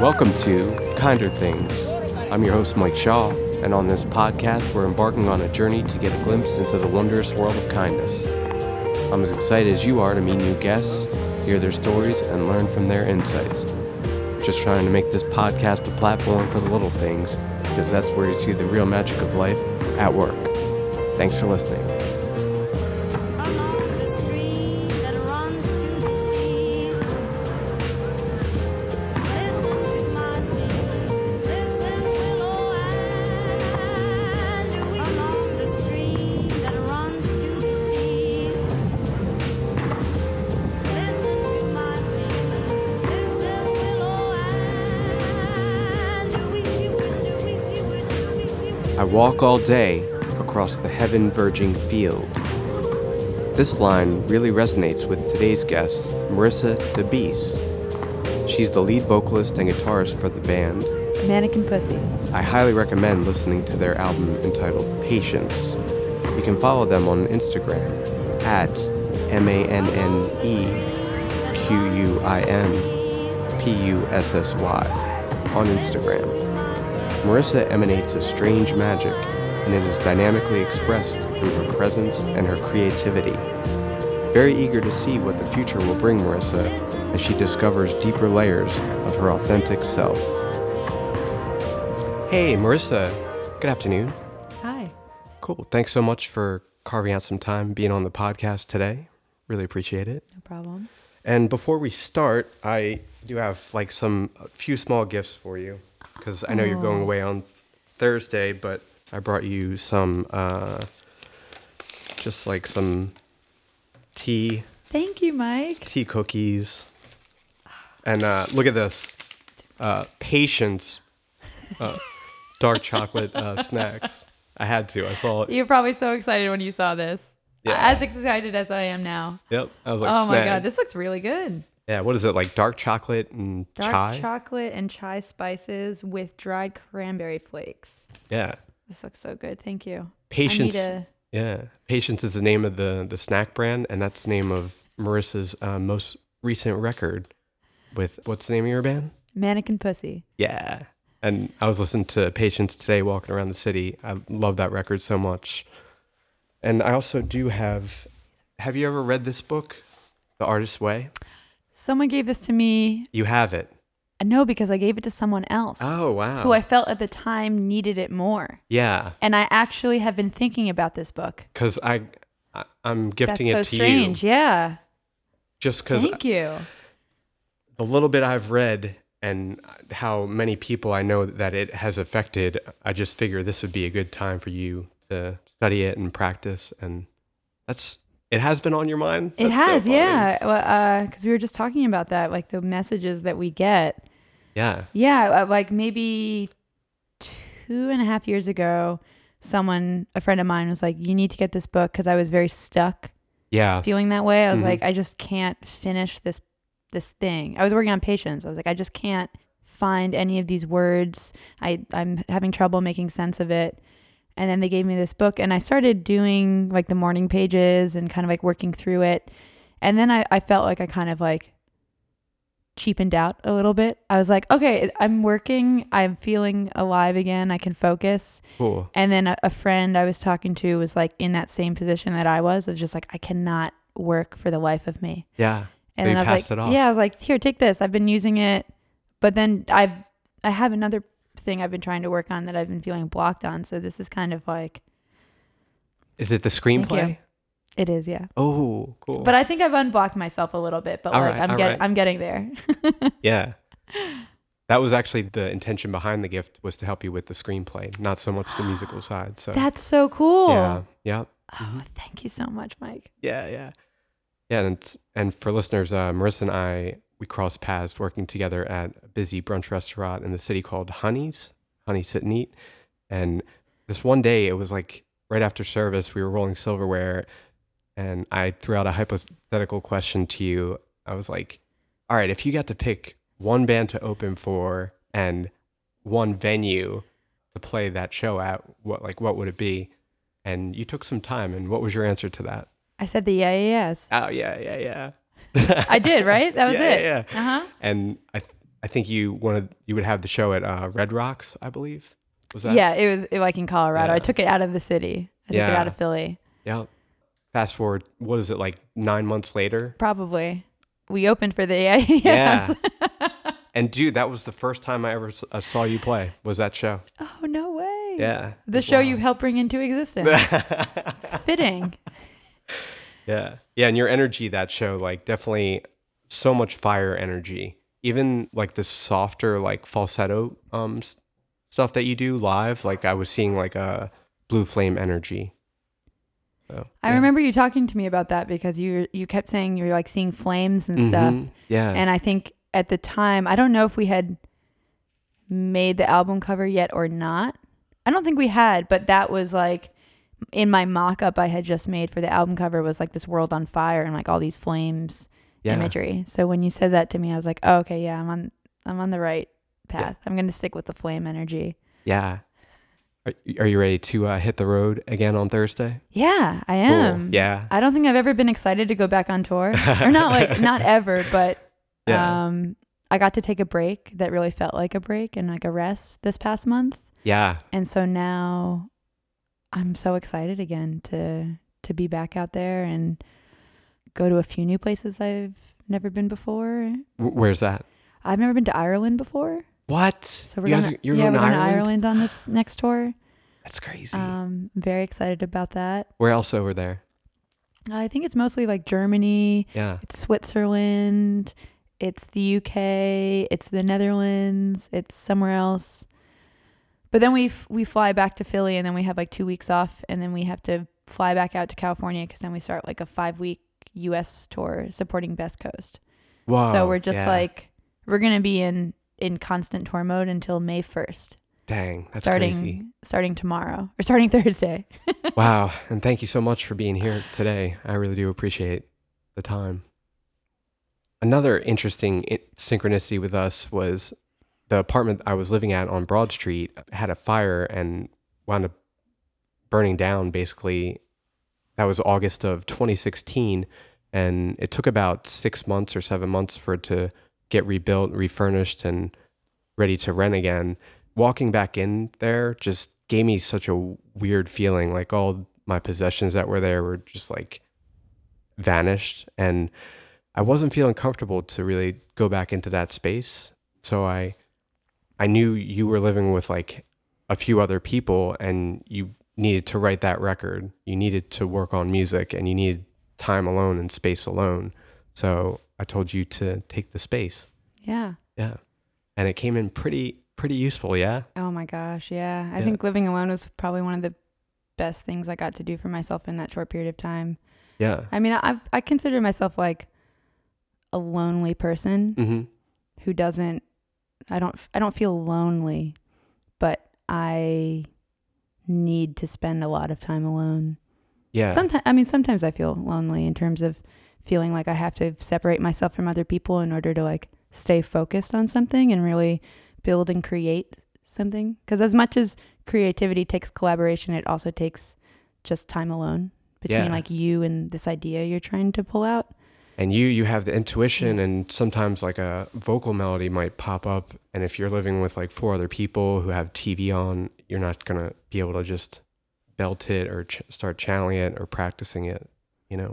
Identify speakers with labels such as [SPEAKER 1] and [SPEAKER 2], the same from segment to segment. [SPEAKER 1] Welcome to Kinder Things. I'm your host, Mike Shaw, and on this podcast, we're embarking on a journey to get a glimpse into the wondrous world of kindness. I'm as excited as you are to meet new guests, hear their stories, and learn from their insights. Just trying to make this podcast a platform for the little things, because that's where you see the real magic of life at work. Thanks for listening.
[SPEAKER 2] along the stream that runs to the sea. Listen to my name, listen, willow, and we along the stream that runs to the sea. Listen to my name, listen, willow, and we, we, we, we, we, we.
[SPEAKER 1] I walk all day across the heaven verging field. This line really resonates with today's guest, Marissa DeBeese. She's the lead vocalist and guitarist for the band.
[SPEAKER 3] Mannequin Pussy.
[SPEAKER 1] I highly recommend listening to their album entitled Patience. You can follow them on Instagram at M A N N E Q U I N P U S S Y on Instagram. Marissa emanates a strange magic, and it is dynamically expressed through her presence and her creativity. Very eager to see what the future will bring Marissa as she discovers deeper layers of her authentic self. Hey, Marissa. Good afternoon.
[SPEAKER 3] Hi.
[SPEAKER 1] Cool. Thanks so much for carving out some time being on the podcast today. Really appreciate it.
[SPEAKER 3] No problem.
[SPEAKER 1] And before we start, I do have like some a few small gifts for you because I know you're going away on Thursday, but I brought you some uh, just like some tea,
[SPEAKER 3] Thank you, Mike.
[SPEAKER 1] tea cookies, and uh, look at this uh, patience, uh, dark chocolate uh, snacks. I had to. I saw it.
[SPEAKER 3] You're probably so excited when you saw this.
[SPEAKER 1] Yeah.
[SPEAKER 3] As excited as I am now.
[SPEAKER 1] Yep. I was like,
[SPEAKER 3] oh my
[SPEAKER 1] snag.
[SPEAKER 3] god, this looks really good.
[SPEAKER 1] Yeah. What is it like? Dark chocolate and
[SPEAKER 3] Dark
[SPEAKER 1] chai.
[SPEAKER 3] chocolate and chai spices with dried cranberry flakes.
[SPEAKER 1] yeah.
[SPEAKER 3] This looks so good. Thank you.
[SPEAKER 1] Patience.
[SPEAKER 3] I need a,
[SPEAKER 1] Yeah, Patience is the name of the the snack brand, and that's the name of Marissa's uh, most recent record. With what's the name of your band?
[SPEAKER 3] mannequin pussy.
[SPEAKER 1] Yeah. And I was listening to Patience today, walking around the city. I love that record so much. And I also do have. Have you ever read this book, The Artist's Way?
[SPEAKER 3] Someone gave this to me. uh,
[SPEAKER 1] You have it.
[SPEAKER 3] No, because I gave it to someone else.
[SPEAKER 1] Oh, wow.
[SPEAKER 3] Who I felt at the time needed it more.
[SPEAKER 1] yeah,
[SPEAKER 3] And I actually have been thinking about this book.
[SPEAKER 1] because I, I I'm
[SPEAKER 3] That's
[SPEAKER 1] gifting
[SPEAKER 3] so
[SPEAKER 1] it to
[SPEAKER 3] strange.
[SPEAKER 1] you
[SPEAKER 3] Yeah.
[SPEAKER 1] just because
[SPEAKER 3] Thank you.
[SPEAKER 1] the little bit I've read and how many people I know that it has affected, I just figure this would be a good time for you to study it and practice. And that's it has been on your mind.
[SPEAKER 3] It
[SPEAKER 1] That's so
[SPEAKER 3] has,
[SPEAKER 1] funny.
[SPEAKER 3] yeah. Well, because we were just talking about that, like the messages that we get.
[SPEAKER 1] yeah,
[SPEAKER 3] Yeah, uh, like maybe two and a half years ago, someone, a friend of mine, was like, "You need to get this book," because I was very stuck
[SPEAKER 1] yeah.
[SPEAKER 3] feeling that way. I was
[SPEAKER 1] Mhm.
[SPEAKER 3] like, "I just can't finish this this thing." I was working on patience. I was like, "I just can't find any of these words. I I'm having trouble making sense of it." And then they gave me this book, and I started doing like the morning pages and kind of like working through it. And then I, I felt like I kind of like cheapened out a little bit. I was like, okay, I'm working. I'm feeling alive again. I can focus.
[SPEAKER 1] Cool.
[SPEAKER 3] And then a, a friend I was talking to was like in that same position that I was. It was just like, I cannot work for the life of me.
[SPEAKER 1] Yeah,
[SPEAKER 3] And
[SPEAKER 1] They
[SPEAKER 3] then I was
[SPEAKER 1] passed it
[SPEAKER 3] like,
[SPEAKER 1] off.
[SPEAKER 3] yeah, I was like, here, take this. I've been using it. But then I've, I have another thing I've been trying to work on that I've been feeling blocked on. So this is kind of like,
[SPEAKER 1] is it the screenplay?
[SPEAKER 3] you. it is, yeah.
[SPEAKER 1] Oh, cool.
[SPEAKER 3] But I think I've unblocked myself a little bit, but
[SPEAKER 1] All
[SPEAKER 3] like
[SPEAKER 1] right, all
[SPEAKER 3] I'm getting
[SPEAKER 1] right.
[SPEAKER 3] I'm getting there.
[SPEAKER 1] yeah, that was actually the intention behind the gift was to help you with the screenplay, not so much the musical side. So
[SPEAKER 3] That's so cool.
[SPEAKER 1] yeah, Mm-hmm. yeah.
[SPEAKER 3] Oh, thank you so much, Mike.
[SPEAKER 1] Yeah, yeah, yeah. And it's- and for listeners, uh, Marissa and I we crossed paths working together at a busy brunch restaurant in the city called Honey's, Honey Sit and Eat. And this one day, it was like right after service, we were rolling silverware, and I threw out a hypothetical question to you. I was like, "All right, if you got to pick one band to open for and one venue to play that show at, what like what would it be?" And you took some time. And what was your answer to that?
[SPEAKER 3] I said the yeah, yeah, yes.
[SPEAKER 1] Oh yeah, yeah, yeah.
[SPEAKER 3] I did, right? That was
[SPEAKER 1] Yeah,
[SPEAKER 3] it.
[SPEAKER 1] yeah,
[SPEAKER 3] Uh huh.
[SPEAKER 1] And I th- I think you wanted you would have the show at uh, Red Rocks, I believe. Was that?
[SPEAKER 3] yeah, it was it, like in Colorado.
[SPEAKER 1] Yeah.
[SPEAKER 3] I took it out of the city. I took it
[SPEAKER 1] Yeah.
[SPEAKER 3] out of Philly.
[SPEAKER 1] Yeah. Fast forward, what is it like nine months later?
[SPEAKER 3] Probably. We opened for the E AIS.
[SPEAKER 1] And dude, that was the first time I ever s- uh, saw you play. Was that show?
[SPEAKER 3] oh no way.
[SPEAKER 1] Yeah.
[SPEAKER 3] The show you helped bring into existence. it's fitting.
[SPEAKER 1] Yeah. Yeah. And your energy that show, like definitely so much fire energy. Even like the softer, like falsetto um s- stuff that you do live, like I was seeing like a blue flame energy. So,
[SPEAKER 3] I
[SPEAKER 1] yeah.
[SPEAKER 3] remember you talking to me about that because you you kept saying you were like seeing flames and stuff.
[SPEAKER 1] Mhm. Yeah.
[SPEAKER 3] And I think at the time, I don't know if we had made the album cover yet or not. I don't think we had, but that was like in my mock up I had just made for the album cover was like this world on fire and like all these flames
[SPEAKER 1] yeah.
[SPEAKER 3] imagery. So when you said that to me, I was like, oh, okay, yeah, I'm on I'm on the right path. I'm gonna stick with the flame energy.
[SPEAKER 1] Yeah. Are, are you ready to uh, hit the road again on Thursday?
[SPEAKER 3] Yeah, I
[SPEAKER 1] Cool.
[SPEAKER 3] am.
[SPEAKER 1] Yeah.
[SPEAKER 3] I don't think I've ever been excited to go back on tour. or not like not ever, but
[SPEAKER 1] Yeah.
[SPEAKER 3] um I got to take a break that really felt like a break and like a rest this past month.
[SPEAKER 1] yeah.
[SPEAKER 3] And so now I'm so excited again to to be back out there and go to a few new places I've never been before.
[SPEAKER 1] W- where's that?
[SPEAKER 3] I've never been to Ireland before.
[SPEAKER 1] What?
[SPEAKER 3] So we're
[SPEAKER 1] you guys
[SPEAKER 3] gonna,
[SPEAKER 1] are- you're
[SPEAKER 3] yeah,
[SPEAKER 1] going
[SPEAKER 3] we're
[SPEAKER 1] to
[SPEAKER 3] going
[SPEAKER 1] Ireland?
[SPEAKER 3] to Ireland on this next tour.
[SPEAKER 1] That's crazy.
[SPEAKER 3] Um, I'm very excited about that.
[SPEAKER 1] Where else over there?
[SPEAKER 3] I think it's mostly like Germany,
[SPEAKER 1] Yeah.
[SPEAKER 3] it's Switzerland, it's the UK, it's the Netherlands, it's somewhere else. But then we f- we fly back to Philly, and then we have like two weeks off, and then we have to fly back out to California because then we start like a five week U.S. tour supporting Best Coast.
[SPEAKER 1] Whoa.
[SPEAKER 3] so we're just
[SPEAKER 1] yeah.
[SPEAKER 3] like we're gonna be in in constant tour mode until May first.
[SPEAKER 1] dang, that's
[SPEAKER 3] starting
[SPEAKER 1] crazy.
[SPEAKER 3] starting tomorrow or starting Thursday.
[SPEAKER 1] Wow. And thank you so much for being here today. I really do appreciate the time. Another interesting i- synchronicity with us was the apartment I was living at on Broad Street had a fire and wound up burning down basically. That was August of 2016. And it took about six months or seven months for it to get rebuilt, refurnished, and ready to rent again. Walking back in there just gave me such a weird feeling. Like all my possessions that were there were just like vanished. And I wasn't feeling comfortable to really go back into that space. So I I knew you were living with like a few other people and you needed to write that record. You needed to work on music and you needed time alone and space alone. So I told you to take the space.
[SPEAKER 3] Yeah.
[SPEAKER 1] Yeah. And it came in pretty pretty useful, yeah.
[SPEAKER 3] Oh my gosh. Yeah. I
[SPEAKER 1] Yeah.
[SPEAKER 3] think living alone was probably one of the best things I got to do for myself in that short period of time.
[SPEAKER 1] Yeah.
[SPEAKER 3] I mean, I I consider myself like a lonely person
[SPEAKER 1] Mm-hmm.
[SPEAKER 3] who doesn't I don't I don't feel lonely, but I need to spend a lot of time alone.
[SPEAKER 1] Yeah.
[SPEAKER 3] Sometimes I mean sometimes I feel lonely in terms of feeling like I have to separate myself from other people in order to like stay focused on something and really build and create something cuz as much as creativity takes collaboration it also takes just time alone between
[SPEAKER 1] Yeah.
[SPEAKER 3] like you and this idea you're trying to pull out.
[SPEAKER 1] and you you have the intuition and sometimes like a vocal melody might pop up and if you're living with like four other people who have tv on you're not going to be able to just belt it or ch- start channeling it or practicing it you know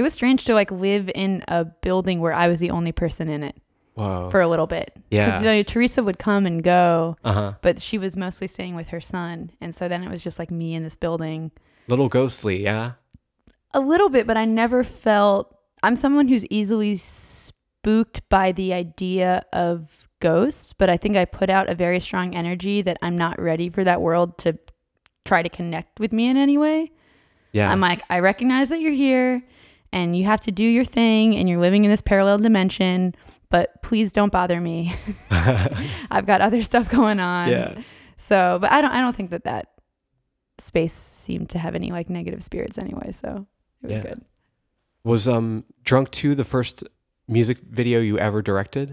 [SPEAKER 3] It was strange to like live in a building where I was the only person in it
[SPEAKER 1] wow
[SPEAKER 3] for a little bit.
[SPEAKER 1] Oh. yeah
[SPEAKER 3] Because you know, Teresa would come and go,
[SPEAKER 1] uh-huh
[SPEAKER 3] but she was mostly staying with her son. And so then it was just like me in this building
[SPEAKER 1] little ghostly yeah
[SPEAKER 3] a little bit, but I never felt I'm someone who's easily spooked by the idea of ghosts, but I think I put out a very strong energy that I'm not ready for that world to try to connect with me in any way.
[SPEAKER 1] yeah
[SPEAKER 3] I'm like, I recognize that you're here and you have to do your thing and you're living in this parallel dimension, but please don't bother me. I've got other stuff going on.
[SPEAKER 1] yeah
[SPEAKER 3] So, but I don't I don't think that that space seemed to have any like negative spirits anyway, so it was
[SPEAKER 1] Yeah.
[SPEAKER 3] good.
[SPEAKER 1] was um drunk 2 the first music video you ever directed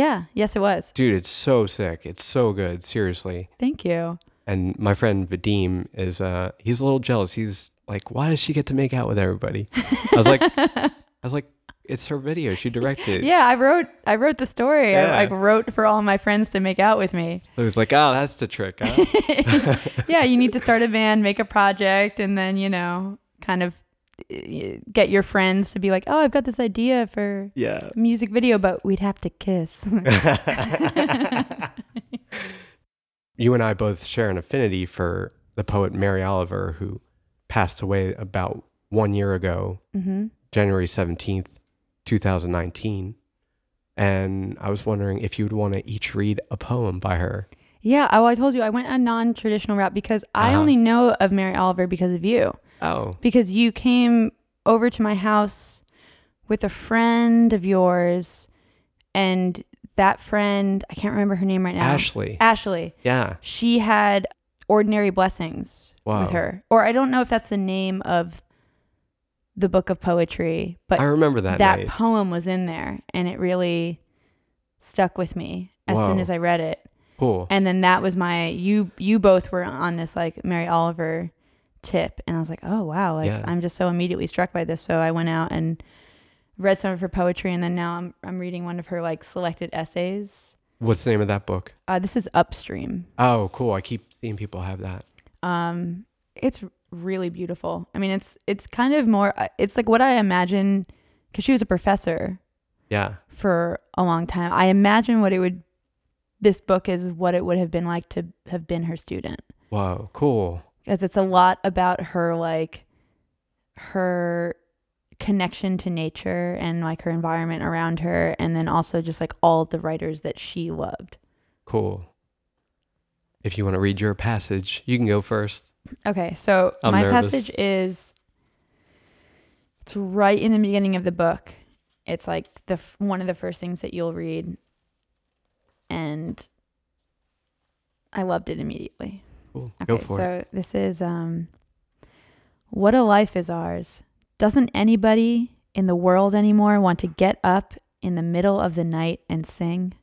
[SPEAKER 3] Yeah, yes it was.
[SPEAKER 1] dude it's so sick it's so good seriously
[SPEAKER 3] Thank you.
[SPEAKER 1] And my friend Vadim is uh he's a little jealous. He's like, why does she get to make out with everybody? I was like, I was like, it's her video. She directed.
[SPEAKER 3] Yeah, I wrote I wrote the story.
[SPEAKER 1] Yeah.
[SPEAKER 3] I, I wrote for all my friends to make out with me.
[SPEAKER 1] It was like, oh, that's the trick. Huh?
[SPEAKER 3] yeah, you need to start a band, make a project, and then you know, kind of eh, get your friends to be like, "Oh, I've got this idea for
[SPEAKER 1] yeah.
[SPEAKER 3] a music video, but we'd have to kiss."
[SPEAKER 1] you and I both share an affinity for the poet Mary Oliver, who passed away about one year ago,
[SPEAKER 3] hmm
[SPEAKER 1] January 17th, 2019. And I was wondering if you'd want to each read a poem by her.
[SPEAKER 3] Yeah, oh, I- well, I told you I went a non-traditional route because I
[SPEAKER 1] Uh-huh.
[SPEAKER 3] only know of Mary Oliver because of you.
[SPEAKER 1] Oh,
[SPEAKER 3] because you came over to my house with a friend of yours and that friend i can't remember her name right now
[SPEAKER 1] Ashley.
[SPEAKER 3] ashley
[SPEAKER 1] yeah.
[SPEAKER 3] she had ordinary blessings
[SPEAKER 1] Wow.
[SPEAKER 3] with her or i don't know if that's the name of the book of poetry but
[SPEAKER 1] I remember that,
[SPEAKER 3] that,
[SPEAKER 1] night.
[SPEAKER 3] poem was in there and it really stuck with me as soon
[SPEAKER 1] Whoa.
[SPEAKER 3] as i read it
[SPEAKER 1] Cool.
[SPEAKER 3] and then that was my you you both were on this like Mary Oliver tip and I was like, "Oh wow, like
[SPEAKER 1] Yeah.
[SPEAKER 3] I'm just so immediately struck by this." So I went out and read some of her poetry and then now I'm I'm reading one of her like selected essays.
[SPEAKER 1] What's the name of that book?
[SPEAKER 3] Uh, this is Upstream.
[SPEAKER 1] Oh, cool. I keep seeing people have that.
[SPEAKER 3] Um it's really beautiful. I mean, it's it's kind of more uh, it's like what I imagine cuz she was a professor
[SPEAKER 1] Yeah.
[SPEAKER 3] for a long time. I imagine what it would this book is what it would have been like to have been her student.
[SPEAKER 1] Whoa. Cool.
[SPEAKER 3] because it's a lot about her like her connection to nature and like her environment around her and then also just like all the writers that she loved
[SPEAKER 1] Cool. If you want to read your passage, you can go first.
[SPEAKER 3] okay so
[SPEAKER 1] I'm
[SPEAKER 3] my
[SPEAKER 1] nervous.
[SPEAKER 3] passage is it's right in the beginning of the book it's like the f- one of the first things that you'll read and i loved it immediately
[SPEAKER 1] Cool.
[SPEAKER 3] Okay,
[SPEAKER 1] go for
[SPEAKER 3] so
[SPEAKER 1] it.
[SPEAKER 3] this is um, what a life is ours. Doesn't anybody in the world anymore want to get up in the middle of the night and sing?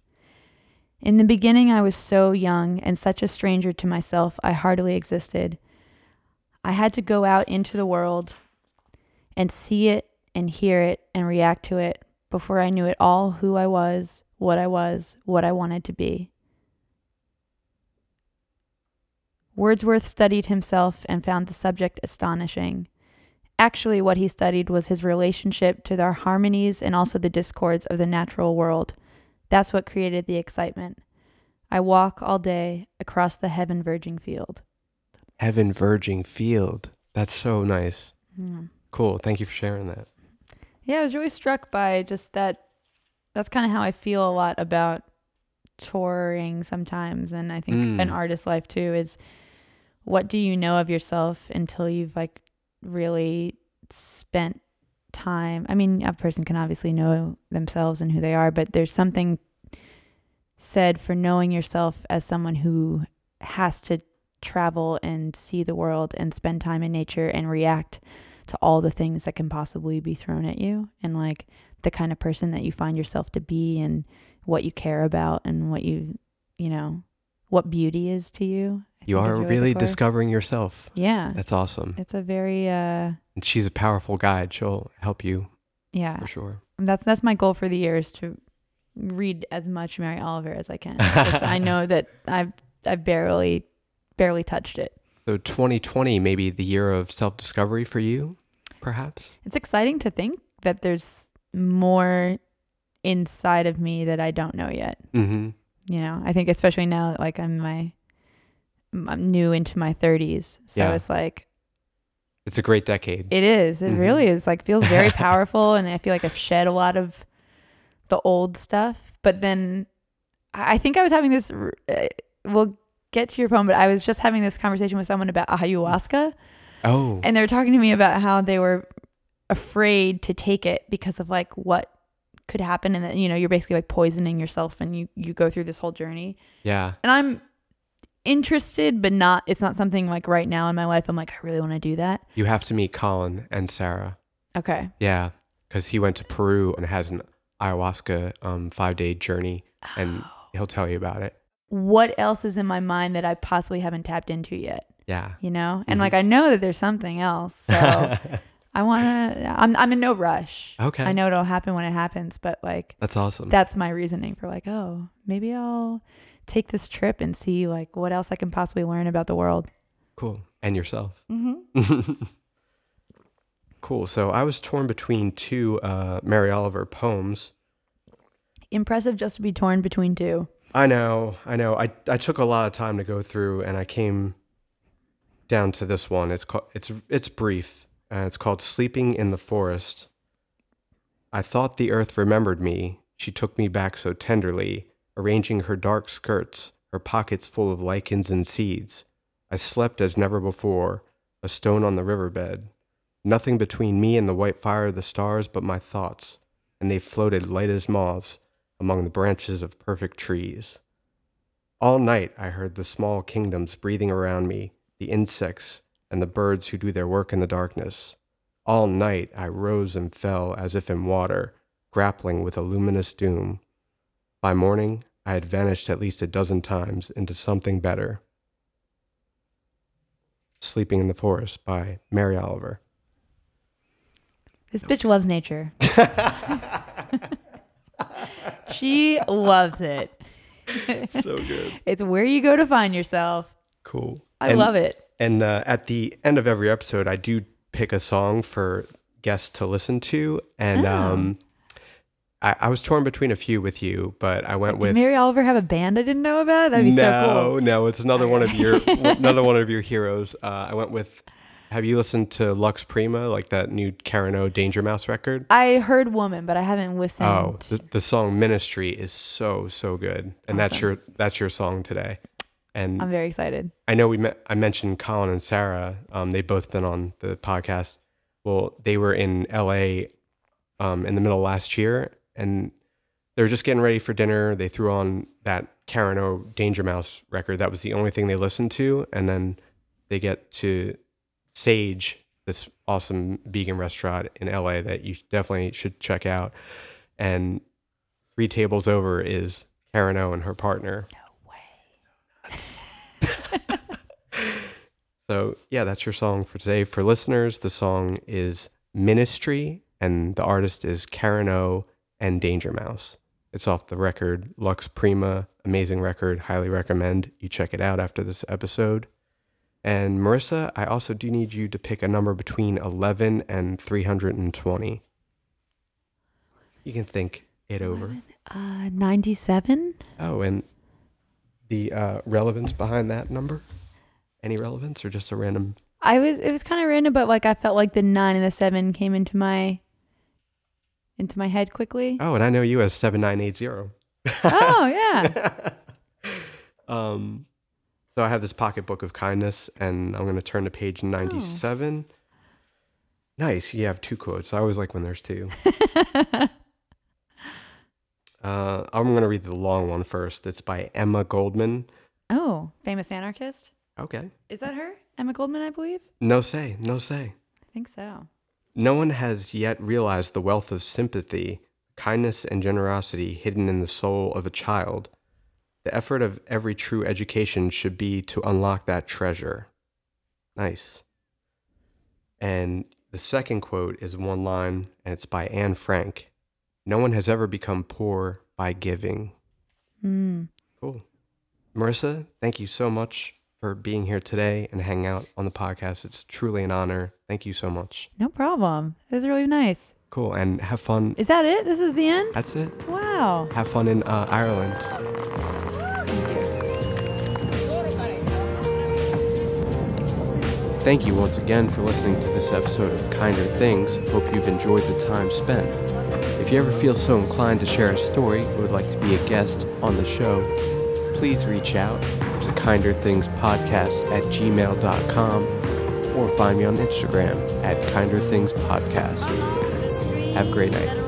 [SPEAKER 3] In the beginning, I was so young and such a stranger to myself, I hardly existed. I had to go out into the world and see it and hear it and react to it before I knew it all who I was, what I was, what I wanted to be. Wordsworth studied himself and found the subject astonishing. Actually, what he studied was his relationship to the harmonies and also the discords of the natural world. That's what created the excitement. I walk all day across the heaven verging field.
[SPEAKER 1] Heaven Verging Field. That's so nice.
[SPEAKER 3] Hmm.
[SPEAKER 1] Cool. Thank you for sharing that.
[SPEAKER 3] Yeah, I was really struck by just that. That's kind of how I feel a lot about touring sometimes, and I think
[SPEAKER 1] Mm.
[SPEAKER 3] an artist's life too is what do you know of yourself until you've like really spent time. I mean, a person can obviously know themselves and who they are, but there's something said for knowing yourself as someone who has to travel and see the world and spend time in nature and react to all the things that can possibly be thrown at you and like the kind of person that you find yourself to be and what you care about and what you you know what beauty is to you I
[SPEAKER 1] You
[SPEAKER 3] think is
[SPEAKER 1] are
[SPEAKER 3] the
[SPEAKER 1] really
[SPEAKER 3] core.
[SPEAKER 1] discovering yourself.
[SPEAKER 3] yeah
[SPEAKER 1] That's awesome.
[SPEAKER 3] it's a very uh
[SPEAKER 1] And she's a powerful guide. She'll help you
[SPEAKER 3] yeah
[SPEAKER 1] for sure.
[SPEAKER 3] that's that's my goal for the year is to read as much Mary Oliver as I can 'cause I know that I've I've barely barely touched it
[SPEAKER 1] So 2020, maybe the year of self discovery for you, perhaps?
[SPEAKER 3] it's exciting to think that there's more inside of me that I don't know yet
[SPEAKER 1] Mm-hmm.
[SPEAKER 3] you know i think especially now that, like i'm my i'm new into my 30s so
[SPEAKER 1] Yeah.
[SPEAKER 3] it's like
[SPEAKER 1] It's a great decade.
[SPEAKER 3] it is it
[SPEAKER 1] Mhm.
[SPEAKER 3] really is like feels very powerful and i feel like i've shed a lot of the old stuff but then i I think i was having this r- uh, we'll get to your poem but i was just having this conversation with someone about ayahuasca
[SPEAKER 1] oh,
[SPEAKER 3] and they were talking to me about how they were afraid to take it because of like what could happen and that you know you're basically like poisoning yourself and you you go through this whole journey
[SPEAKER 1] yeah.
[SPEAKER 3] and I'm interested, but not. It's not something like right now in my life. I'm like, I really want to do that.
[SPEAKER 1] You have to meet Colin and Sarah.
[SPEAKER 3] Okay.
[SPEAKER 1] Yeah. Because he went to Peru and has an ayahuasca um, five day journey, and
[SPEAKER 3] Oh.
[SPEAKER 1] he'll tell you about it.
[SPEAKER 3] What else is in my mind that I possibly haven't tapped into yet?
[SPEAKER 1] Yeah.
[SPEAKER 3] You know, and
[SPEAKER 1] Mhm.
[SPEAKER 3] like I know that there's something else. So I want to. I'm I'm in no rush.
[SPEAKER 1] Okay.
[SPEAKER 3] I know it'll happen when it happens, but like
[SPEAKER 1] That's awesome.
[SPEAKER 3] that's my reasoning for like, oh, maybe I'll take this trip and see like what else I can possibly learn about the world.
[SPEAKER 1] cool. And yourself.
[SPEAKER 3] Mm-hmm.
[SPEAKER 1] Cool. So I was torn between two uh, Mary Oliver poems.
[SPEAKER 3] Impressive just to be torn between two.
[SPEAKER 1] I know, I know. I, I took a lot of time to go through, and I came down to this one. It's called it's it's brief. Uh, it's called "Sleeping in the Forest." I thought the earth remembered me. She took me back so tenderly, arranging her dark skirts, her pockets full of lichens and seeds. I slept as never before, a stone on the riverbed. Nothing between me and the white fire of the stars but my thoughts, and they floated light as moths among the branches of perfect trees. All night I heard the small kingdoms breathing around me, the insects and the birds who do their work in the darkness. All night I rose and fell as if in water, grappling with a luminous doom. By morning I had vanished at least a dozen times into something better. Sleeping in the Forest by Mary Oliver.
[SPEAKER 3] This bitch loves nature. she loves it.
[SPEAKER 1] So good.
[SPEAKER 3] It's where you go to find yourself.
[SPEAKER 1] Cool.
[SPEAKER 3] I love it.
[SPEAKER 1] And uh, at the end of every episode, I do pick a song for guests to listen to.
[SPEAKER 3] Oh.
[SPEAKER 1] And um, I, I was torn between a few with you, but I went
[SPEAKER 3] Did
[SPEAKER 1] with
[SPEAKER 3] Mary Oliver have a band I didn't know about? That'd be so
[SPEAKER 1] no,
[SPEAKER 3] cool.
[SPEAKER 1] no. It's another one of your another one of your heroes. Uh, I went with. Have you listened to Lux Prima, like that new Karen O Danger Mouse record?
[SPEAKER 3] I heard Woman, but I haven't listened.
[SPEAKER 1] Oh, the, the song Ministry is so so good, and that's your that's your song today. And
[SPEAKER 3] I'm very excited.
[SPEAKER 1] I know we met, I mentioned Colin and Sarah. Um, they've both been on the podcast. Well, they were in LA um, in the middle of last year and they were just getting ready for dinner. They threw on that Karen O Danger Mouse record. That was the only thing they listened to. And then they get to Sage, this awesome vegan restaurant in LA that you definitely should check out. And three tables over is Karen O and her partner. So, yeah, that's your song for today. For listeners, the song is Ministry, and the artist is Karen O and Danger Mouse. It's off the record Lux Prima, amazing record. Highly recommend you check it out after this episode. And Marissa, I also do need you to pick a number between 11 and 320. You can think it over.
[SPEAKER 3] Uh, 97?
[SPEAKER 1] Oh, and the uh, relevance behind that number? Any relevance or just a random
[SPEAKER 3] I was it was kind of random, but like I felt like the nine and the seven came into my into my head quickly.
[SPEAKER 1] Oh, and I know you as 7980.
[SPEAKER 3] oh yeah,
[SPEAKER 1] Um, so I have this pocketbook of kindness, and I'm going to turn to page 97. Nice. You have two quotes. I always like when there's two. uh, I'm going to read the long one first. It's by Emma Goldman.
[SPEAKER 3] oh famous anarchist.
[SPEAKER 1] Okay.
[SPEAKER 3] Is that her? Emma Goldman, I believe.
[SPEAKER 1] No say, no say.
[SPEAKER 3] I think so.
[SPEAKER 1] No one has yet realized the wealth of sympathy, kindness, and generosity hidden in the soul of a child. The effort of every true education should be to unlock that treasure. Nice. And the second quote is one line, and it's by Anne Frank No one has ever become poor by giving.
[SPEAKER 3] Mm.
[SPEAKER 1] Cool. Marissa, thank you so much for being here today and hanging out on the podcast. It's truly an honor. Thank you so much.
[SPEAKER 3] No problem. It was really nice.
[SPEAKER 1] Cool. And have fun
[SPEAKER 3] Is that it? This is the end.
[SPEAKER 1] That's it.
[SPEAKER 3] Wow.
[SPEAKER 1] Have fun in uh, Ireland. Thank you once again for listening to this episode of Kinder Things. Hope you've enjoyed the time spent. If you ever feel so inclined to share a story or would like to be a guest on the show, please reach out to kinderthingspodcast at gmail.com or find me on Instagram at kinderthingspodcast. Have a great night.